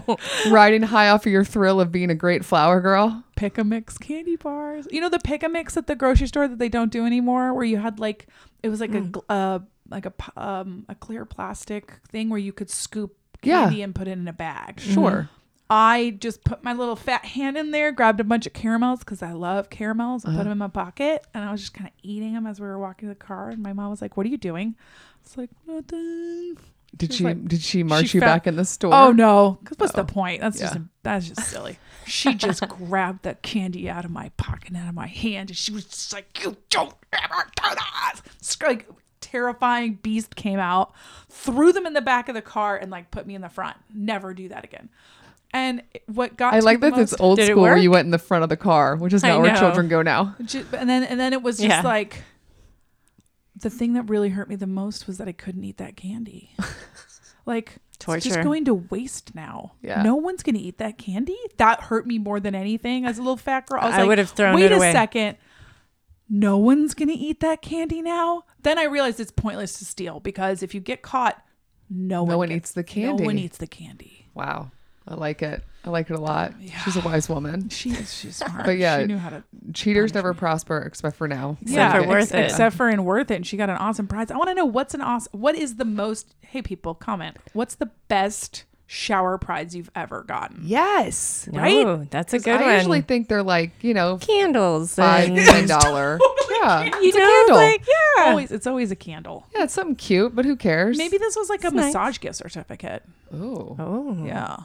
Speaker 1: Riding high off of your thrill of being a great flower girl.
Speaker 4: Pick a mix candy bars. You know the pick a mix at the grocery store that they don't do anymore, where you had like it was like a gl- uh, like a p- um, a clear plastic thing where you could scoop
Speaker 1: Yeah. Mm-hmm.
Speaker 4: candy and put it in a bag.
Speaker 1: Sure.
Speaker 4: I just put my little fat hand in there, grabbed a bunch of caramels because I love caramels, and put them in my pocket, and I was just kind of eating them as we were walking to the car. And my mom was like, "What are you doing?" It's like nothing.
Speaker 1: Did
Speaker 4: was
Speaker 1: she?
Speaker 4: like-
Speaker 1: did she march
Speaker 4: she
Speaker 1: you
Speaker 4: found-
Speaker 1: back in the store?
Speaker 4: Oh no! 'Cause what's the point? That's just
Speaker 1: Yeah.
Speaker 4: that's just silly. She just grabbed the candy out of my pocket, and out of my hand, and she was just like, "You don't ever do that!" Sc- Like terrifying beast came out, threw them in the back of the car, and like put me in the front. Never do that again. And what got
Speaker 1: I
Speaker 4: to
Speaker 1: like
Speaker 4: me the
Speaker 1: that it's
Speaker 4: most-
Speaker 1: old
Speaker 3: Did it
Speaker 1: school where you
Speaker 3: work?
Speaker 1: went in the front of the car, which is
Speaker 3: I
Speaker 1: not where
Speaker 3: know.
Speaker 1: children go now.
Speaker 4: Ju- and then and then it was just
Speaker 3: Yeah.
Speaker 4: like the thing that really hurt me the most was that I couldn't eat that candy. like It's just
Speaker 3: Torture.
Speaker 4: going to waste now.
Speaker 1: Yeah.
Speaker 4: No one's going to eat that candy. That hurt me more than anything as a little fat girl. I was
Speaker 3: I
Speaker 4: like,
Speaker 3: would have thrown
Speaker 4: Wait
Speaker 3: it
Speaker 4: a
Speaker 3: away."
Speaker 4: second. No one's going to eat that candy now. Then I realized it's pointless to steal because if you get caught, no,
Speaker 1: No one
Speaker 4: gets-
Speaker 1: eats the
Speaker 4: Oh No one
Speaker 1: candy.
Speaker 4: eats the candy.
Speaker 1: Wow. I like it. I like it a lot. She's a wise woman.
Speaker 4: She's she's smart.
Speaker 1: But yeah,
Speaker 4: she knew how to
Speaker 1: Cheaters never prosper except for now.
Speaker 3: Except for
Speaker 1: Okay.
Speaker 3: worth
Speaker 4: ex-
Speaker 3: it.
Speaker 4: Except for in worth it, and she got an awesome prize. I want to know what's an awesome. What is the most? Hey, people, comment. What's the best shower prize you've ever gotten?
Speaker 1: Yes.
Speaker 4: Right?
Speaker 3: No, that's a good
Speaker 1: I
Speaker 3: one.
Speaker 1: usually think they're like, you know,
Speaker 3: Candles.
Speaker 1: five,
Speaker 3: And,
Speaker 1: ten dollar. yeah.
Speaker 3: you
Speaker 1: it's
Speaker 3: know,
Speaker 1: a candle.
Speaker 3: like, yeah.
Speaker 4: Always, it's always a candle.
Speaker 1: yeah, it's something cute, but who cares?
Speaker 4: Maybe this was like a
Speaker 3: nice.
Speaker 4: massage gift certificate.
Speaker 1: Ooh.
Speaker 3: oh.
Speaker 4: Yeah.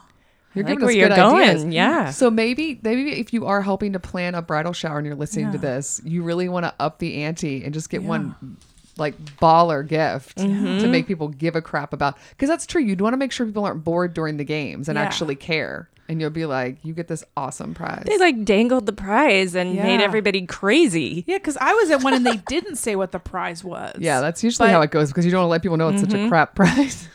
Speaker 1: You're
Speaker 3: like
Speaker 1: giving us
Speaker 3: where you're
Speaker 1: good
Speaker 3: going,
Speaker 1: ideas. Mm.
Speaker 3: yeah.
Speaker 1: So maybe maybe if you are helping to plan a bridal shower and you're listening to this, you really want to up the ante and just get one like baller gift
Speaker 3: Mm-hmm.
Speaker 1: to make people give a crap about. Because that's true. You'd want to make sure people aren't bored during the games and
Speaker 4: Yeah.
Speaker 1: actually care. And you'll be like, you get this awesome prize.
Speaker 3: They like dangled the prize and made
Speaker 4: Yeah.
Speaker 3: everybody crazy.
Speaker 4: Yeah, because I was at one and they didn't say what the prize was.
Speaker 1: yeah, that's usually
Speaker 4: But-
Speaker 1: how it goes because you don't want to let people know it's
Speaker 3: Mm-hmm.
Speaker 1: such a crap prize.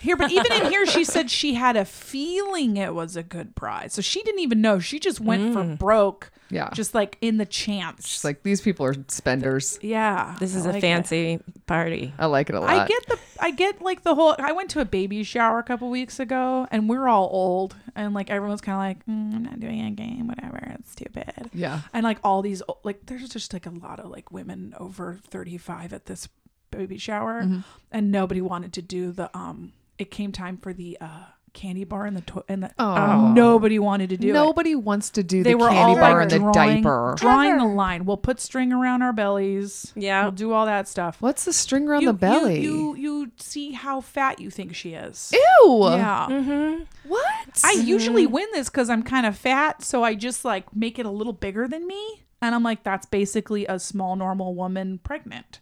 Speaker 4: here, but even in here, she said she had a feeling it was a good prize, so she didn't even know. She just went for
Speaker 3: Mm.
Speaker 4: broke.
Speaker 1: Yeah.
Speaker 4: just like in the chance. She's
Speaker 1: It's like these people are spenders.
Speaker 4: yeah,
Speaker 3: This
Speaker 4: I
Speaker 3: is
Speaker 4: like
Speaker 3: a
Speaker 4: it.
Speaker 3: fancy party.
Speaker 1: I like it a lot.
Speaker 4: I get the I get like the whole I went to a baby shower a couple weeks ago and we're all old and like everyone's kind of like mm, I'm not doing a game whatever it's stupid
Speaker 1: Yeah.
Speaker 4: and like all these o- like there's just like a lot of like women over 35 at this baby shower
Speaker 1: Mm-hmm.
Speaker 4: and nobody wanted to do the um it came time for the uh candy bar and the to- and the um,
Speaker 1: Oh.
Speaker 4: nobody wanted to do it
Speaker 1: Nobody wants to do
Speaker 4: they
Speaker 1: the
Speaker 4: were
Speaker 1: candy
Speaker 4: all
Speaker 1: bar
Speaker 4: like
Speaker 1: and the
Speaker 4: drawing,
Speaker 1: diaper.
Speaker 4: drawing the line we'll put string around our bellies
Speaker 3: Yeah.
Speaker 4: we'll do all that stuff
Speaker 1: What's the string around
Speaker 4: you,
Speaker 1: the belly?
Speaker 4: You, you you see how fat you think she is.
Speaker 1: Ew.
Speaker 4: yeah.
Speaker 3: Mm-hmm.
Speaker 1: What?
Speaker 4: I usually win this because I'm kind of fat, so I just like make it a little bigger than me, and I'm like, that's basically a small normal woman pregnant.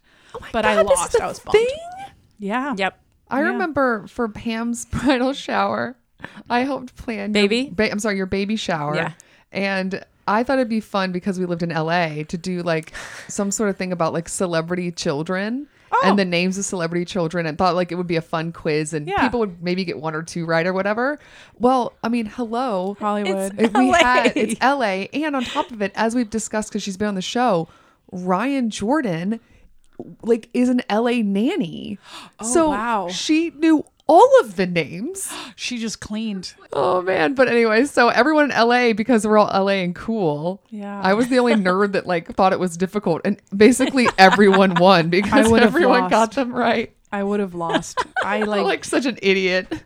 Speaker 4: but I
Speaker 1: Oh God, this is
Speaker 4: lost.
Speaker 1: the
Speaker 4: I was bummed.
Speaker 1: thing?
Speaker 4: Yeah.
Speaker 3: Yep.
Speaker 1: I remember for Pam's bridal shower, I helped plan your
Speaker 3: Baby?
Speaker 1: ba- I'm sorry, your baby shower.
Speaker 3: Yeah.
Speaker 1: And I thought it'd be fun because we lived in LA to do like some sort of thing about like celebrity children
Speaker 4: Oh.
Speaker 1: and the names of celebrity children and thought like it would be a fun quiz and
Speaker 4: Yeah.
Speaker 1: people would maybe get one or two right or whatever. Well, I mean, hello.
Speaker 4: Hollywood.
Speaker 1: If we
Speaker 3: LA.
Speaker 1: had it's LA, and on top of it, as we've discussed because she's been on the show, Ryan Jordan like is an LA nanny. so
Speaker 4: Oh, wow.
Speaker 1: she knew all of the names.
Speaker 4: She just cleaned.
Speaker 1: Oh man. But anyway, so everyone in LA, because we're all LA and cool.
Speaker 4: Yeah.
Speaker 1: I was the only nerd that like thought it was difficult. And basically everyone won because
Speaker 4: would've
Speaker 1: everyone got
Speaker 4: lost.
Speaker 1: them right.
Speaker 4: I would have lost. I
Speaker 1: I'm
Speaker 4: like.
Speaker 1: like such an idiot.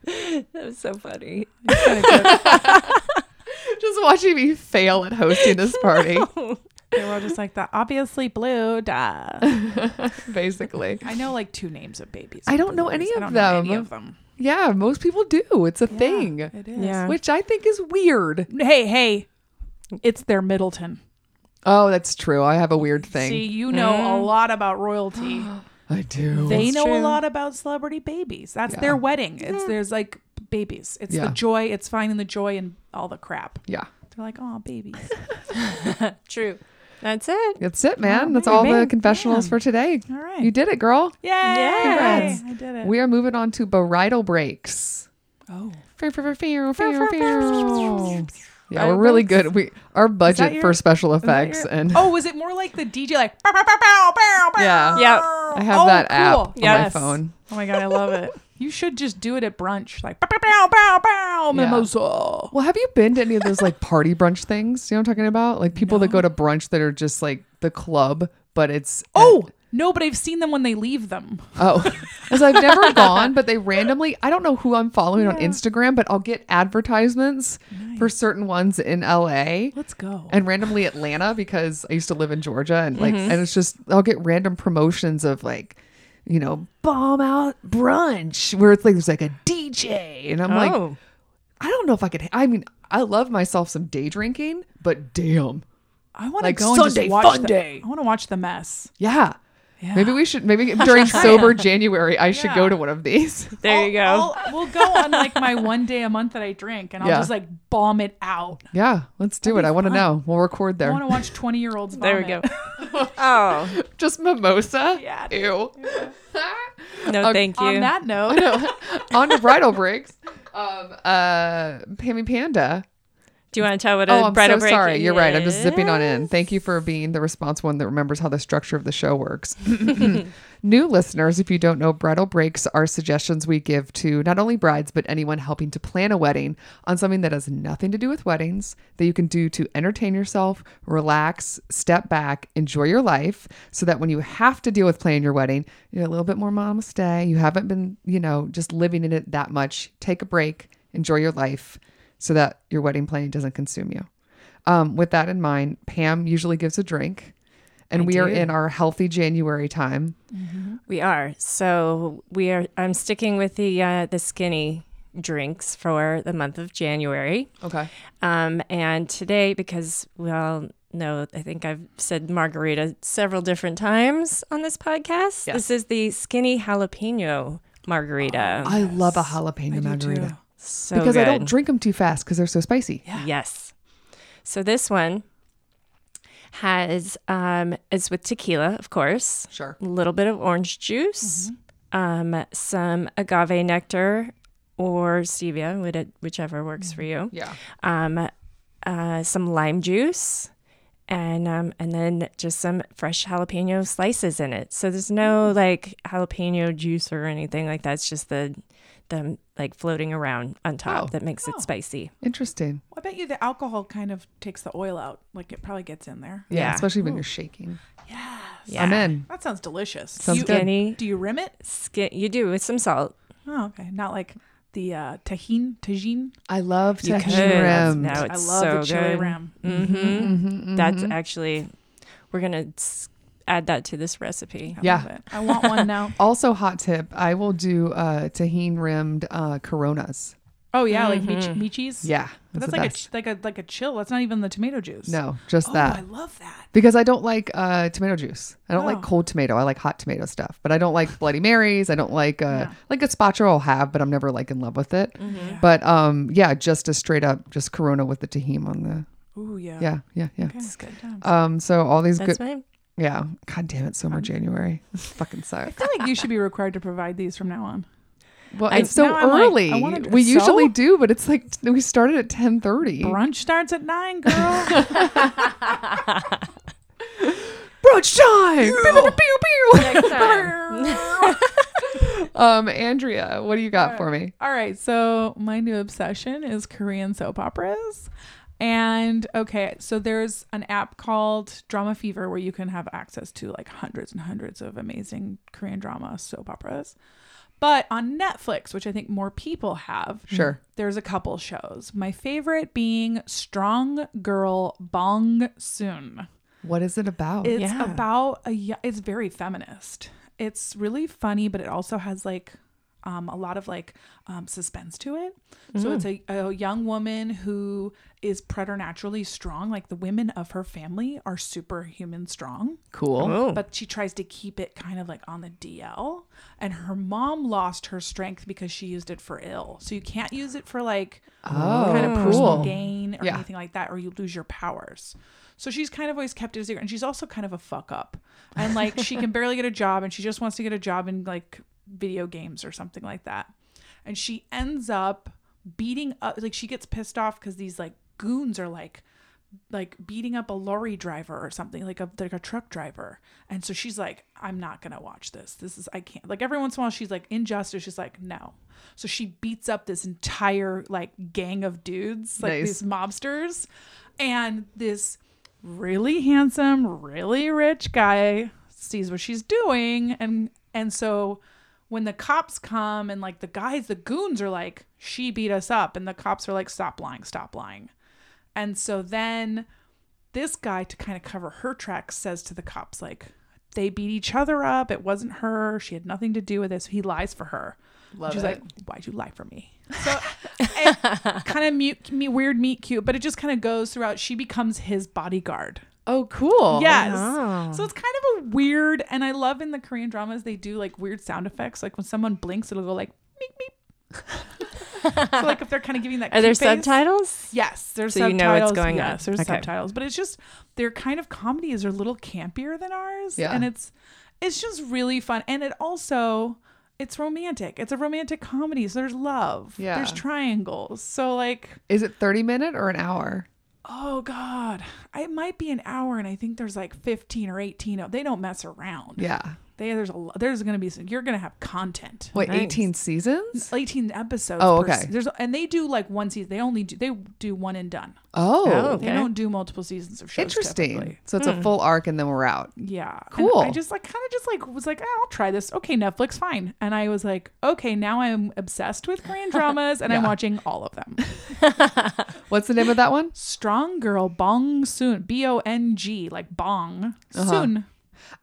Speaker 3: That was so funny.
Speaker 1: Just watching me fail at hosting this party,
Speaker 4: they were all just like that. Obviously, blue. Duh.
Speaker 1: basically.
Speaker 4: I know like two names of babies.
Speaker 1: I
Speaker 4: with
Speaker 1: don't know
Speaker 4: blue eyes.
Speaker 1: any
Speaker 4: I
Speaker 1: of
Speaker 4: don't know any
Speaker 1: them.
Speaker 4: of them.
Speaker 1: Yeah, most people do. It's a thing.
Speaker 4: It is.
Speaker 3: Yeah.
Speaker 1: Which I think is weird.
Speaker 4: Hey, hey. It's their Middleton.
Speaker 1: Oh, that's true. I have a weird thing.
Speaker 4: See, you know a lot about royalty.
Speaker 1: I do.
Speaker 4: they
Speaker 3: That's
Speaker 4: know a
Speaker 3: true.
Speaker 4: lot about celebrity babies. That's
Speaker 1: Yeah.
Speaker 4: their wedding. It's there's like babies. It's
Speaker 1: Yeah.
Speaker 4: the joy. It's finding the joy and all the crap.
Speaker 1: yeah.
Speaker 4: They're like, oh, babies.
Speaker 3: True. That's it.
Speaker 1: That's it, man. That's all the
Speaker 4: man,
Speaker 1: confessionals
Speaker 4: man.
Speaker 1: for today.
Speaker 4: All right.
Speaker 1: You did it, girl.
Speaker 4: Yay!
Speaker 3: Congrats.
Speaker 4: I did it.
Speaker 1: We are moving on to bridal breaks.
Speaker 4: oh,
Speaker 1: Few, few, few, few, few. Yeah, we're really good. We our budget
Speaker 4: your-
Speaker 1: for special
Speaker 4: Is that
Speaker 1: effects
Speaker 4: your-
Speaker 1: and
Speaker 4: oh, was it more like the DJ like bow, bow, bow, bow, bow, bow?
Speaker 1: Yeah.
Speaker 3: Yep.
Speaker 1: I have
Speaker 4: Oh,
Speaker 1: that app
Speaker 4: cool.
Speaker 1: on
Speaker 3: Yes.
Speaker 1: my phone.
Speaker 4: Oh my god, I love it. You should just do it at brunch, like bow, bow, bow, bow, bow,
Speaker 1: Yeah.
Speaker 4: mimosa.
Speaker 1: Well, have you been to any of those like party brunch things? You know what I'm talking about? Like people that go to brunch that are just like the club, but it's
Speaker 4: Oh no, but I've seen them when they leave them.
Speaker 1: Oh, as I've never gone, but they randomly, I don't know who I'm following on Instagram, but I'll get advertisements for certain ones in LA
Speaker 4: Let's go.
Speaker 1: and randomly Atlanta because I used to live in Georgia and like,
Speaker 4: Mm-hmm.
Speaker 1: and it's just, I'll get random promotions of like, you know, bomb out brunch where it's like, there's like a DJ. And I'm like,
Speaker 3: oh,
Speaker 1: I don't know if I could, I mean, I love myself some day drinking, but damn.
Speaker 4: I want to
Speaker 1: like
Speaker 4: go and
Speaker 1: Sunday
Speaker 4: just watch
Speaker 1: fun
Speaker 4: the-
Speaker 1: day.
Speaker 4: I want to watch the mess.
Speaker 1: Yeah.
Speaker 4: Yeah.
Speaker 1: Maybe we should, maybe during sober January, I should go to one of these.
Speaker 3: there you go.
Speaker 4: I'll- I'll- we'll go on like my one day a month that I drink, and I'll
Speaker 1: Yeah.
Speaker 4: just like bomb it out.
Speaker 1: Yeah, let's do it. I want to know. We'll record
Speaker 4: I
Speaker 1: there.
Speaker 4: want to watch twenty year olds.
Speaker 3: there we go. oh,
Speaker 1: Just mimosa.
Speaker 4: Yeah, dude.
Speaker 1: Ew.
Speaker 3: no, thank you.
Speaker 4: On that note,
Speaker 1: On to bridal breaks. Um. Uh. Pammy Panda.
Speaker 3: Do you want to tell what a
Speaker 1: Oh, I'm
Speaker 3: bridal
Speaker 1: so
Speaker 3: break
Speaker 1: sorry. You're right. I'm
Speaker 3: is?
Speaker 1: just zipping on in. Thank you for being the responsible one that remembers how the structure of the show works. New listeners, if you don't know, bridal breaks are suggestions we give to not only brides, but anyone helping to plan a wedding on something that has nothing to do with weddings that you can do to entertain yourself, relax, step back, enjoy your life, so that when you have to deal with planning your wedding, you're a little bit more namaste. You haven't been, you know, just living in it that much. Take a break, enjoy your life, so that your wedding planning doesn't consume you. Um, with that in mind, Pam usually gives a drink. And we are in our healthy January time.
Speaker 3: We are. So we are. I'm sticking with the uh, the skinny drinks for the month of January.
Speaker 1: Okay.
Speaker 3: Um, and today, because we all know, I think I've said margarita several different times on this podcast. This is the skinny jalapeno margarita.
Speaker 1: I love a jalapeno margarita
Speaker 3: so
Speaker 1: because I don't
Speaker 3: good.
Speaker 1: drink them too fast because they're so spicy. Yeah.
Speaker 3: Yes. So this one has um, is with tequila, of course.
Speaker 1: Sure.
Speaker 3: A little bit of orange juice,
Speaker 1: Mm-hmm.
Speaker 3: um, some agave nectar or stevia, which- whichever works for you.
Speaker 1: Yeah.
Speaker 3: Um, uh, some lime juice, and um, and then just some fresh jalapeno slices in it. So there's no
Speaker 1: Mm.
Speaker 3: like jalapeno juice or anything like that. It's just the them like floating around on top
Speaker 1: Oh.
Speaker 3: that makes it spicy.
Speaker 1: Interesting.
Speaker 4: I bet you the alcohol kind of takes the oil out. Like it probably gets in there.
Speaker 1: Yeah.
Speaker 3: Yeah.
Speaker 1: Especially when you're shaking.
Speaker 3: Yeah.
Speaker 1: I'm in.
Speaker 4: That sounds delicious.
Speaker 1: Sounds
Speaker 4: you,
Speaker 1: good.
Speaker 3: Skinny.
Speaker 4: Do you rim it?
Speaker 3: Skin, you do with some salt.
Speaker 4: Oh, okay. Not like the uh, tajin. Tajin.
Speaker 1: I love
Speaker 3: could.
Speaker 1: Tahitian rim.
Speaker 3: No,
Speaker 4: I
Speaker 3: Oh, it's
Speaker 4: love
Speaker 3: so
Speaker 4: the chili
Speaker 3: good.
Speaker 4: ram.
Speaker 3: Mm-hmm. That's
Speaker 1: Mm-hmm.
Speaker 3: actually, we're gonna s- add that to this recipe.
Speaker 4: I
Speaker 1: Yeah.
Speaker 4: love it. I want one now.
Speaker 1: mm-hmm. Also, hot tip I will do uh, tahine rimmed uh, coronas.
Speaker 4: Oh yeah, like
Speaker 3: Mm-hmm.
Speaker 4: michis. michis.
Speaker 1: Yeah.
Speaker 4: But that's
Speaker 1: the
Speaker 4: like a
Speaker 1: best.
Speaker 4: ch- like a like a chill. That's not even the tomato juice.
Speaker 1: No, just
Speaker 4: Oh,
Speaker 1: that.
Speaker 4: I love that.
Speaker 1: because I don't like uh, tomato juice. I don't
Speaker 4: Oh.
Speaker 1: like cold tomato. I like hot tomato stuff. But I don't like Bloody Marys. I don't like uh, like a spatula. I'll have, but I'm never like in love with it. But um, yeah, just a straight up just Corona with the tahini on the
Speaker 4: Ooh yeah.
Speaker 1: yeah yeah yeah.
Speaker 4: That's good. I
Speaker 1: Um, so all these
Speaker 3: That's
Speaker 1: good
Speaker 3: mine.
Speaker 1: yeah. God damn it, summer January. This fucking sucks.
Speaker 4: feel like you should be required to provide these from now on.
Speaker 1: Well,
Speaker 3: I-
Speaker 1: it's so
Speaker 4: now I'm like, I
Speaker 1: early.
Speaker 4: wanna do-
Speaker 1: we
Speaker 4: so?
Speaker 1: usually do, but it's like we started at ten thirty.
Speaker 4: Brunch starts at nine, girl.
Speaker 1: Brunch time. Pew, pew, pew, pew.
Speaker 3: Next time.
Speaker 1: Um, Andrea, what do you got for me?
Speaker 4: All right, so my new obsession is Korean soap operas. And okay, so there's an app called Drama Fever where you can have access to like hundreds and hundreds of amazing Korean drama soap operas. But on Netflix, which I think more people have,
Speaker 1: Sure.
Speaker 4: there's a couple shows. My favorite being Strong Girl Bong Soon.
Speaker 1: What is it about?
Speaker 4: It's
Speaker 3: Yeah.
Speaker 4: about a. yo- It's very feminist. It's really funny, but it also has like um, a lot of like um, suspense to it. So it's
Speaker 3: Mm.
Speaker 4: a, a young woman who is preternaturally strong. Like the women of her family are superhuman strong
Speaker 1: cool.
Speaker 3: Oh.
Speaker 4: but she tries to keep it kind of like on the DL. And her mom lost her strength because she used it for ill. So you can't use it for like kind of
Speaker 1: Oh,
Speaker 4: personal
Speaker 1: cool.
Speaker 4: gain or
Speaker 1: Yeah.
Speaker 4: anything like that, or you lose your powers. So she's kind of always kept it a secret. And she's also kind of a fuck up. And like she can barely get a job and she just wants to get a job in like video games or something like that. And she ends up beating up, like she gets pissed off because these like goons are like, like beating up a lorry driver or something like a like a truck driver and so she's like i'm not gonna watch this this is i can't like every once in a while she's like injustice she's like no so she beats up this entire like gang of dudes like
Speaker 1: Nice.
Speaker 4: these mobsters and this really handsome really rich guy sees what she's doing and and so when the cops come and like the guys the goons are like she beat us up and the cops are like stop lying stop lying and so then this guy, to kind of cover her tracks, says to the cops, like, they beat each other up. It wasn't her. She had nothing to do with this. He lies for her.
Speaker 1: Love
Speaker 4: She's
Speaker 1: it.
Speaker 4: like, why'd you lie for me? So it kind of mute, me weird, meet cute, but it just kind of goes throughout. She becomes his bodyguard.
Speaker 1: Oh, cool. Uh-huh.
Speaker 4: Yes.
Speaker 3: wow.
Speaker 4: So it's kind of a weird, and I love in the Korean dramas they do like weird sound effects. Like when someone blinks, it'll go like meep meep. so like if they're kind of giving that.
Speaker 3: Are there
Speaker 4: cute face-
Speaker 3: subtitles?
Speaker 4: Yes, there's
Speaker 3: So you
Speaker 4: subtitles.
Speaker 3: know what's going on.
Speaker 4: yes, there's
Speaker 3: Okay.
Speaker 4: subtitles, but it's just their kind of comedies are a little campier than ours,
Speaker 1: Yeah.
Speaker 4: and it's it's just really fun, and it also it's romantic. It's a romantic comedy, so there's love,
Speaker 1: Yeah.
Speaker 4: there's triangles, so like
Speaker 1: Is it 30 minute or an hour?
Speaker 4: oh god, it might be an hour, and I think there's like fifteen or eighteen. of- They don't mess around.
Speaker 1: Yeah.
Speaker 4: They there's a lo- there's gonna be some, you're gonna have content.
Speaker 1: Wait,
Speaker 3: Nice.
Speaker 1: 18 seasons?
Speaker 4: 18 episodes.
Speaker 1: Oh,
Speaker 4: per
Speaker 1: okay.
Speaker 4: se- There's and they do like one season. They only do they do one and done.
Speaker 1: Oh,
Speaker 3: Oh.
Speaker 4: They
Speaker 3: Okay.
Speaker 4: don't do multiple seasons of shows. Hmm.
Speaker 1: interesting.
Speaker 4: typically.
Speaker 1: So it's a full arc and then we're out.
Speaker 4: Yeah. And
Speaker 1: Cool.
Speaker 4: I just like kind of just like was like, "Ah, I'll try this. Okay, Netflix, fine. And I was like, okay, now I'm obsessed with Korean dramas and I'm watching all of them.
Speaker 1: What's the name of that one?
Speaker 4: Strong Girl Bong Soon, B O N G, like Bong Soon.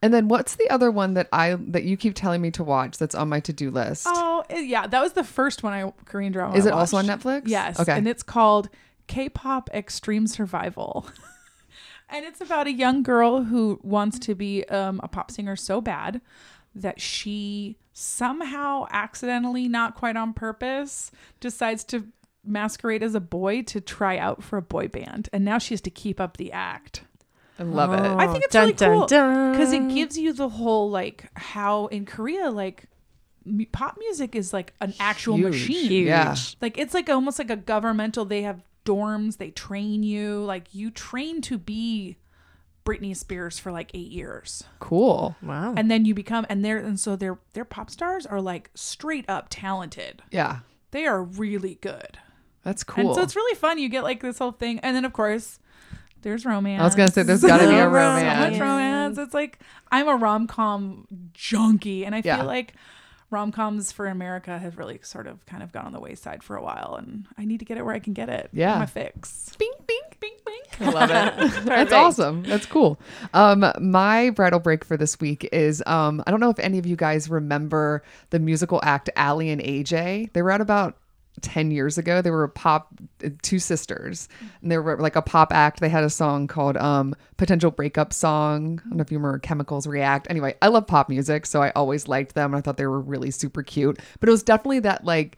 Speaker 1: And then what's the other one that I that you keep telling me to watch that's on my to-do list?
Speaker 4: Oh, eh, yeah. That was the first one I Korean drama.
Speaker 1: Is
Speaker 4: I
Speaker 1: it also on
Speaker 4: watched.
Speaker 1: Netflix?
Speaker 4: Yes.
Speaker 1: Okay.
Speaker 4: And it's called K pop extreme survival. and it's about a young girl who wants to be um, a pop singer so bad that she somehow accidentally, not quite on purpose, decides to masquerade as a boy to try out for a boy band. And now she has to keep up the act.
Speaker 1: I love it.
Speaker 4: I think it's
Speaker 3: Dun, dun,
Speaker 4: really cool because
Speaker 3: dun.
Speaker 4: it gives you the whole like how in Korea like mu- pop music is like an actual
Speaker 1: Huge.
Speaker 4: machine.
Speaker 3: Huge.
Speaker 1: Yeah.
Speaker 4: Like it's like almost like a governmental. They have dorms. They train you. Like you train to be Britney Spears for like eight years,
Speaker 1: Cool.
Speaker 3: Wow.
Speaker 4: and then you become and they're and so their their pop stars are like straight up talented.
Speaker 1: Yeah.
Speaker 4: They are really good,
Speaker 1: That's cool.
Speaker 4: and so it's really fun. You get like this whole thing, and then of course there's romance.
Speaker 1: I was going to say there's got to be a
Speaker 3: So
Speaker 1: romance.
Speaker 4: Much romance. It's like I'm a rom com junkie, and I
Speaker 1: Yeah.
Speaker 4: feel like rom coms for America have really sort of kind of gone on the wayside for a while, and I need to get it where I can get it.
Speaker 1: Yeah.
Speaker 4: my fix.
Speaker 1: Bing bing.
Speaker 4: Bing bing.
Speaker 1: I love it. That's awesome. That's cool. Um, my bridal break for this week is um, I don't know if any of you guys remember the musical act Allie and AJ. They were out about 10 years ago. They were a pop, two sisters, and they were like a pop act. They had a song called um, Potential Breakup Song. I don't know if you remember Chemicals React. Anyway, I love pop music, so I always liked them. and I thought they were really super cute. But it was definitely that like,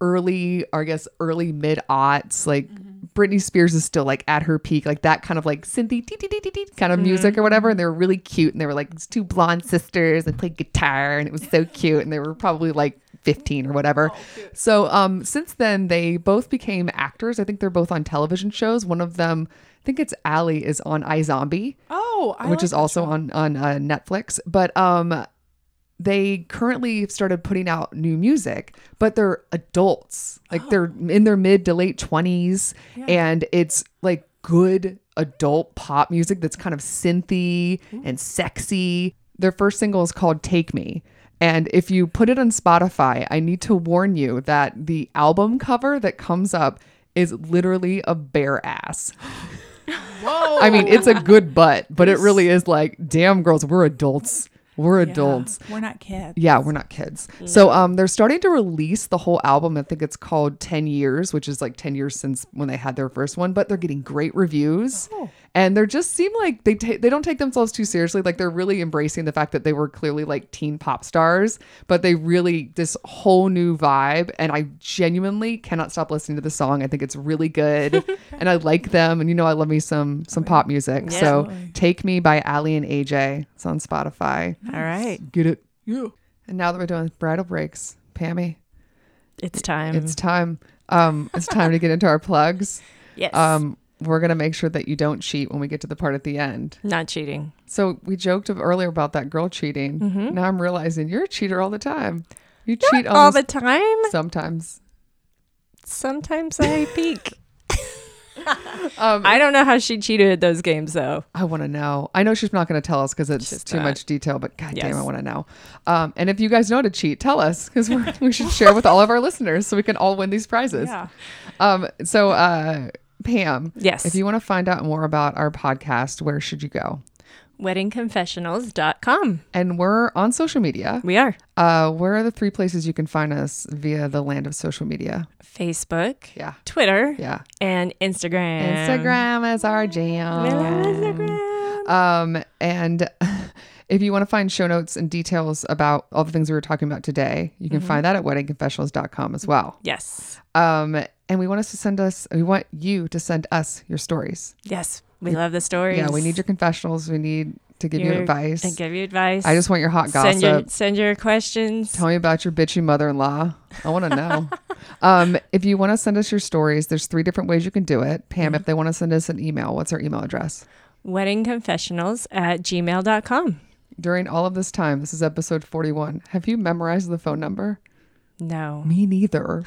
Speaker 1: early or I guess early mid aughts, like Britney Spears is still like at her peak, like that kind of like synthy dee, dee, dee, dee, dee kind of music or whatever. And they were really cute and they were like these two blonde sisters and played guitar and it was so cute. And they were probably like 15 or whatever. so um since then they both became actors. I think they're both on television shows. One of them, I think it's Allie is on iZombie
Speaker 4: Oh, I
Speaker 1: which
Speaker 4: like
Speaker 1: is
Speaker 4: that
Speaker 1: also
Speaker 4: show.
Speaker 1: on on uh, Netflix. But um, they currently have started putting out new music, but they're adults. Like they're in their mid to late 20s and it's like good adult pop music that's kind of synthy and sexy. Their first single is called Take Me. And if you put it on Spotify, I need to warn you that the album cover that comes up is literally a bare ass.
Speaker 4: Whoa.
Speaker 1: I mean, it's a good butt, but it really is like, damn, girls, we're adults. We're adults.
Speaker 4: We're not kids.
Speaker 1: Yeah, we're not kids. So um, they're starting to release the whole album. I think it's called 10 Years, which is like 10 years since when they had their first one, but they're getting great reviews. And they just seem like they ta- they don't take themselves too seriously. Like they're really embracing the fact that they were clearly like teen pop stars, but they really this whole new vibe and I genuinely cannot stop listening to the song. I think it's really good and I like them and you know I love me some some pop music. So Take Me by Ali and AJ. It's on Spotify.
Speaker 3: All right.
Speaker 1: Get it.
Speaker 4: You.
Speaker 1: And now that we're doing bridal breaks, Pammy,
Speaker 3: It's time.
Speaker 1: it's time. Um, it's time to get into our plugs.
Speaker 3: yes.
Speaker 1: Um, we're gonna make sure that you don't cheat when we get to the part at the end.
Speaker 3: Not cheating.
Speaker 1: So we joked of earlier about that girl cheating. Now I'm realizing you're a cheater all the time. You cheat
Speaker 3: Mm-hmm. All
Speaker 1: almost
Speaker 3: the time.
Speaker 1: sometimes.
Speaker 3: Sometimes I peek.
Speaker 1: Um,
Speaker 3: I don't know how she cheated at those games though.
Speaker 1: I want to know. I know she's not going to tell us because it's
Speaker 3: She's
Speaker 1: too
Speaker 3: not.
Speaker 1: much detail, but God damn, I
Speaker 3: Yes.
Speaker 1: want to know. Um, and if you guys know how to cheat, tell us because we should share with all of our listeners so we can all win these prizes.
Speaker 4: Yeah.
Speaker 1: Um, so, uh, Pam,
Speaker 3: Yes.
Speaker 1: if you want to find out more about our podcast, where should you go?
Speaker 3: Weddingconfessionals.com.
Speaker 1: And we're on social media.
Speaker 3: We are.
Speaker 1: Uh, where are the three places you can find us via the land of social media?
Speaker 3: Facebook,
Speaker 1: Yeah.
Speaker 3: Twitter,
Speaker 1: Yeah.
Speaker 3: and Instagram.
Speaker 1: Instagram is our jam.
Speaker 3: We love Instagram.
Speaker 1: Um, and if you want to find show notes and details about all the things we were talking about today, you
Speaker 3: Mm-hmm.
Speaker 1: can find that at weddingconfessionals.com as well.
Speaker 3: Yes.
Speaker 1: Um, and we want us to send us, we want you to send us your stories.
Speaker 3: Yes. We love the stories.
Speaker 1: Yeah, we need your confessionals. We need to give you
Speaker 3: Your-
Speaker 1: advice.
Speaker 3: And give you advice.
Speaker 1: I just want your hot gossip.
Speaker 3: send your send your questions.
Speaker 1: Tell me about your bitchy mother in law. I want to know. um, if you want to send us your stories, there's three different ways you can do it. Pam, if they want to send us an email, what's our email address?
Speaker 3: Weddingconfessionals at gmail.com.
Speaker 1: During all of this time, this is episode 41. Have you memorized the phone number?
Speaker 3: No.
Speaker 1: Me neither.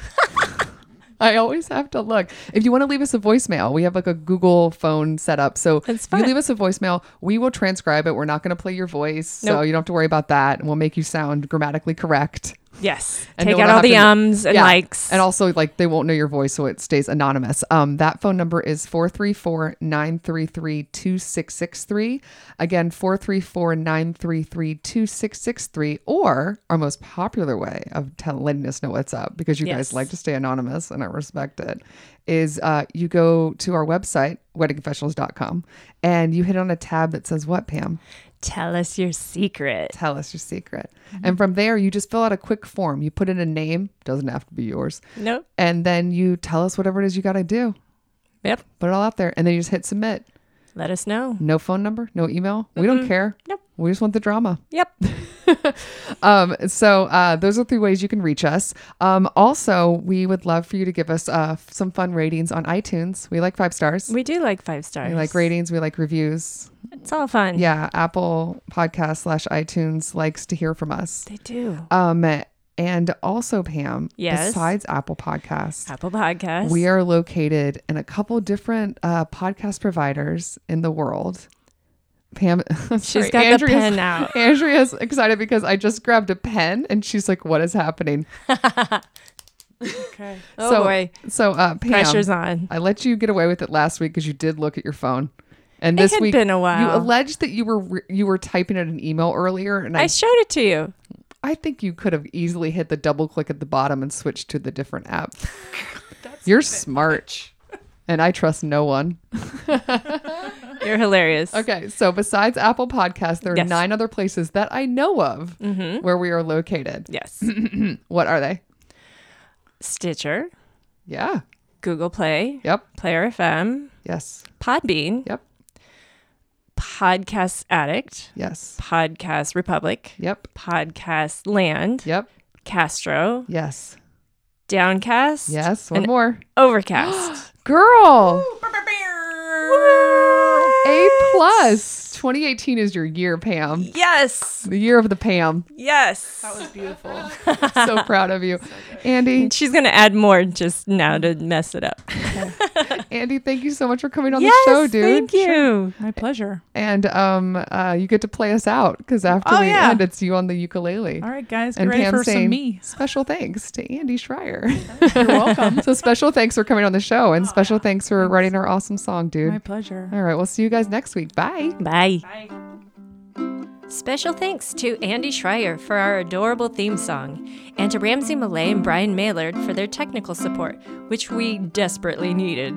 Speaker 1: I always have to look. If you want to leave us a voicemail, we have like a Google phone setup. So
Speaker 3: That's
Speaker 1: you
Speaker 3: fun.
Speaker 1: leave us a voicemail, we will transcribe it. We're not going to play your voice, so
Speaker 3: Nope.
Speaker 1: you don't have to worry about that. And we'll make you sound grammatically correct.
Speaker 3: Yes.
Speaker 1: And
Speaker 3: Take
Speaker 1: no one
Speaker 3: out
Speaker 1: will
Speaker 3: all
Speaker 1: have
Speaker 3: the
Speaker 1: to-
Speaker 3: ums and
Speaker 1: Yeah.
Speaker 3: likes.
Speaker 1: And also, like, they won't know your voice, so it stays anonymous. Um, that phone number is 434 933 2663. Again, 434 933 2663. Or our most popular way of tell, letting us know what's up, because you guys
Speaker 3: Yes.
Speaker 1: like to stay anonymous and I respect it, is uh, you go to our website, weddingconfessionals.com, and you hit on a tab that says what, Pam?
Speaker 3: Tell us your secret.
Speaker 1: tell us your secret.
Speaker 3: Mm-hmm.
Speaker 1: And from there, you just fill out a quick form. You put in a name, doesn't have to be yours.
Speaker 3: Nope.
Speaker 1: And then you tell us whatever it is you got to do.
Speaker 3: Yep.
Speaker 1: Put it all out there. And then you just hit submit.
Speaker 3: Let us know.
Speaker 1: No phone number, no email. We don't care.
Speaker 3: Nope.
Speaker 1: We just want the drama.
Speaker 3: Yep.
Speaker 1: Um, so uh, those are three ways you can reach us. Um, also, we would love for you to give us uh, some fun ratings on iTunes. We like five stars.
Speaker 3: We do like five stars.
Speaker 1: we like ratings. We like reviews.
Speaker 3: It's all fun.
Speaker 1: Yeah, Apple Podcast slash iTunes likes to hear from us.
Speaker 3: They do.
Speaker 1: Um, and also, Pam,
Speaker 3: Yes.
Speaker 1: besides Apple Podcasts,
Speaker 3: Apple Podcasts.
Speaker 1: we are located in a couple different uh, podcast providers in the world. Pam,
Speaker 3: She's
Speaker 1: sorry,
Speaker 3: got
Speaker 1: Andrea's,
Speaker 3: the pen out.
Speaker 1: Andrea's excited because I just grabbed a pen and she's like, "What is happening?"
Speaker 4: Okay.
Speaker 3: Oh
Speaker 1: so,
Speaker 3: boy.
Speaker 1: so uh, Pam,
Speaker 3: Pressure's on.
Speaker 1: I let you get away with it last week because you did look at your phone, and
Speaker 3: It
Speaker 1: this
Speaker 3: had
Speaker 1: week
Speaker 3: been a while.
Speaker 1: You alleged that you were re- you were typing out an email earlier, and I
Speaker 3: I showed it to you.
Speaker 1: I think you could have easily hit the double click at the bottom and switched to the different app. You're smart. And I trust no one.
Speaker 3: You're hilarious.
Speaker 1: Okay, so besides Apple Podcasts, there are
Speaker 3: Yes. Mm-hmm.
Speaker 1: nine other places that I know of where we are located.
Speaker 3: Yes.
Speaker 1: What are they?
Speaker 3: Stitcher,
Speaker 1: Yeah.
Speaker 3: Google Play,
Speaker 1: Yep.
Speaker 3: Player FM,
Speaker 1: Yes.
Speaker 3: Podbean,
Speaker 1: Yep.
Speaker 3: Podcast Addict,
Speaker 1: Yes.
Speaker 3: Podcast Republic,
Speaker 1: Yep.
Speaker 3: Podcast Land,
Speaker 1: Yep.
Speaker 3: Castro,
Speaker 1: Yes.
Speaker 3: Downcast,
Speaker 1: Yes. One
Speaker 3: And-
Speaker 1: more.
Speaker 3: Overcast.
Speaker 1: Girl.
Speaker 4: Woo!
Speaker 1: A plus. 2018 is your year, Pam.
Speaker 3: Yes.
Speaker 1: The year of the Pam.
Speaker 3: Yes.
Speaker 4: That was beautiful.
Speaker 1: So proud of you. Andy,
Speaker 3: She's going to add more just now to mess it up.
Speaker 1: Andy, thank you so much for coming on
Speaker 3: yes,
Speaker 1: the show, dude.
Speaker 3: Thank you.
Speaker 4: My pleasure.
Speaker 1: And um, uh, you get to play us out because after
Speaker 4: Oh,
Speaker 1: we
Speaker 4: yeah.
Speaker 1: end, it's you on the ukulele.
Speaker 4: All right, guys, get
Speaker 1: And
Speaker 4: ready
Speaker 1: Pam
Speaker 4: for
Speaker 1: saying
Speaker 4: some me.
Speaker 1: special thanks to Andy Schreier.
Speaker 4: You're welcome.
Speaker 1: so special thanks for coming on the show and special thanks for writing our awesome song, dude.
Speaker 4: My pleasure.
Speaker 1: All right, we'll see you guys next week. Bye.
Speaker 3: Bye. Special thanks to Andy Schreier for our adorable theme song, and to Ramsey Millay and Brian Maylard for their technical support, which we desperately needed.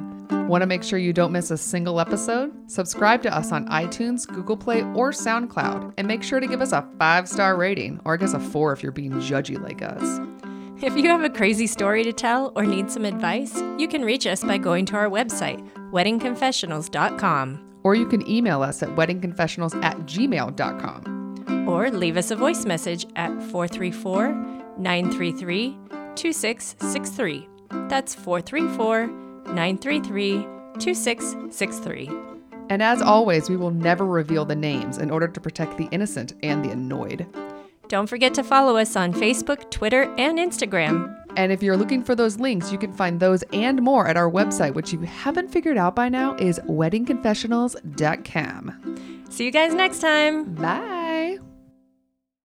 Speaker 1: Want to make sure you don't miss a single episode? Subscribe to us on iTunes, Google Play, or SoundCloud, and make sure to give us a five star rating, or I guess a four if you're being judgy like us.
Speaker 3: If you have a crazy story to tell or need some advice, you can reach us by going to our website, weddingconfessionals.com,
Speaker 1: Or you can email us at weddingconfessionals at gmail.com.
Speaker 3: or leave us a voice message at 434 933 2663. That's 434 933 2663.
Speaker 1: And as always, we will never reveal the names in order to protect the innocent and the annoyed.
Speaker 3: Don't forget to follow us on Facebook, Twitter, and Instagram.
Speaker 1: And if you're looking for those links, you can find those and more at our website, which you haven't figured out by now is weddingconfessionals.com.
Speaker 3: See you guys next time.
Speaker 1: Bye.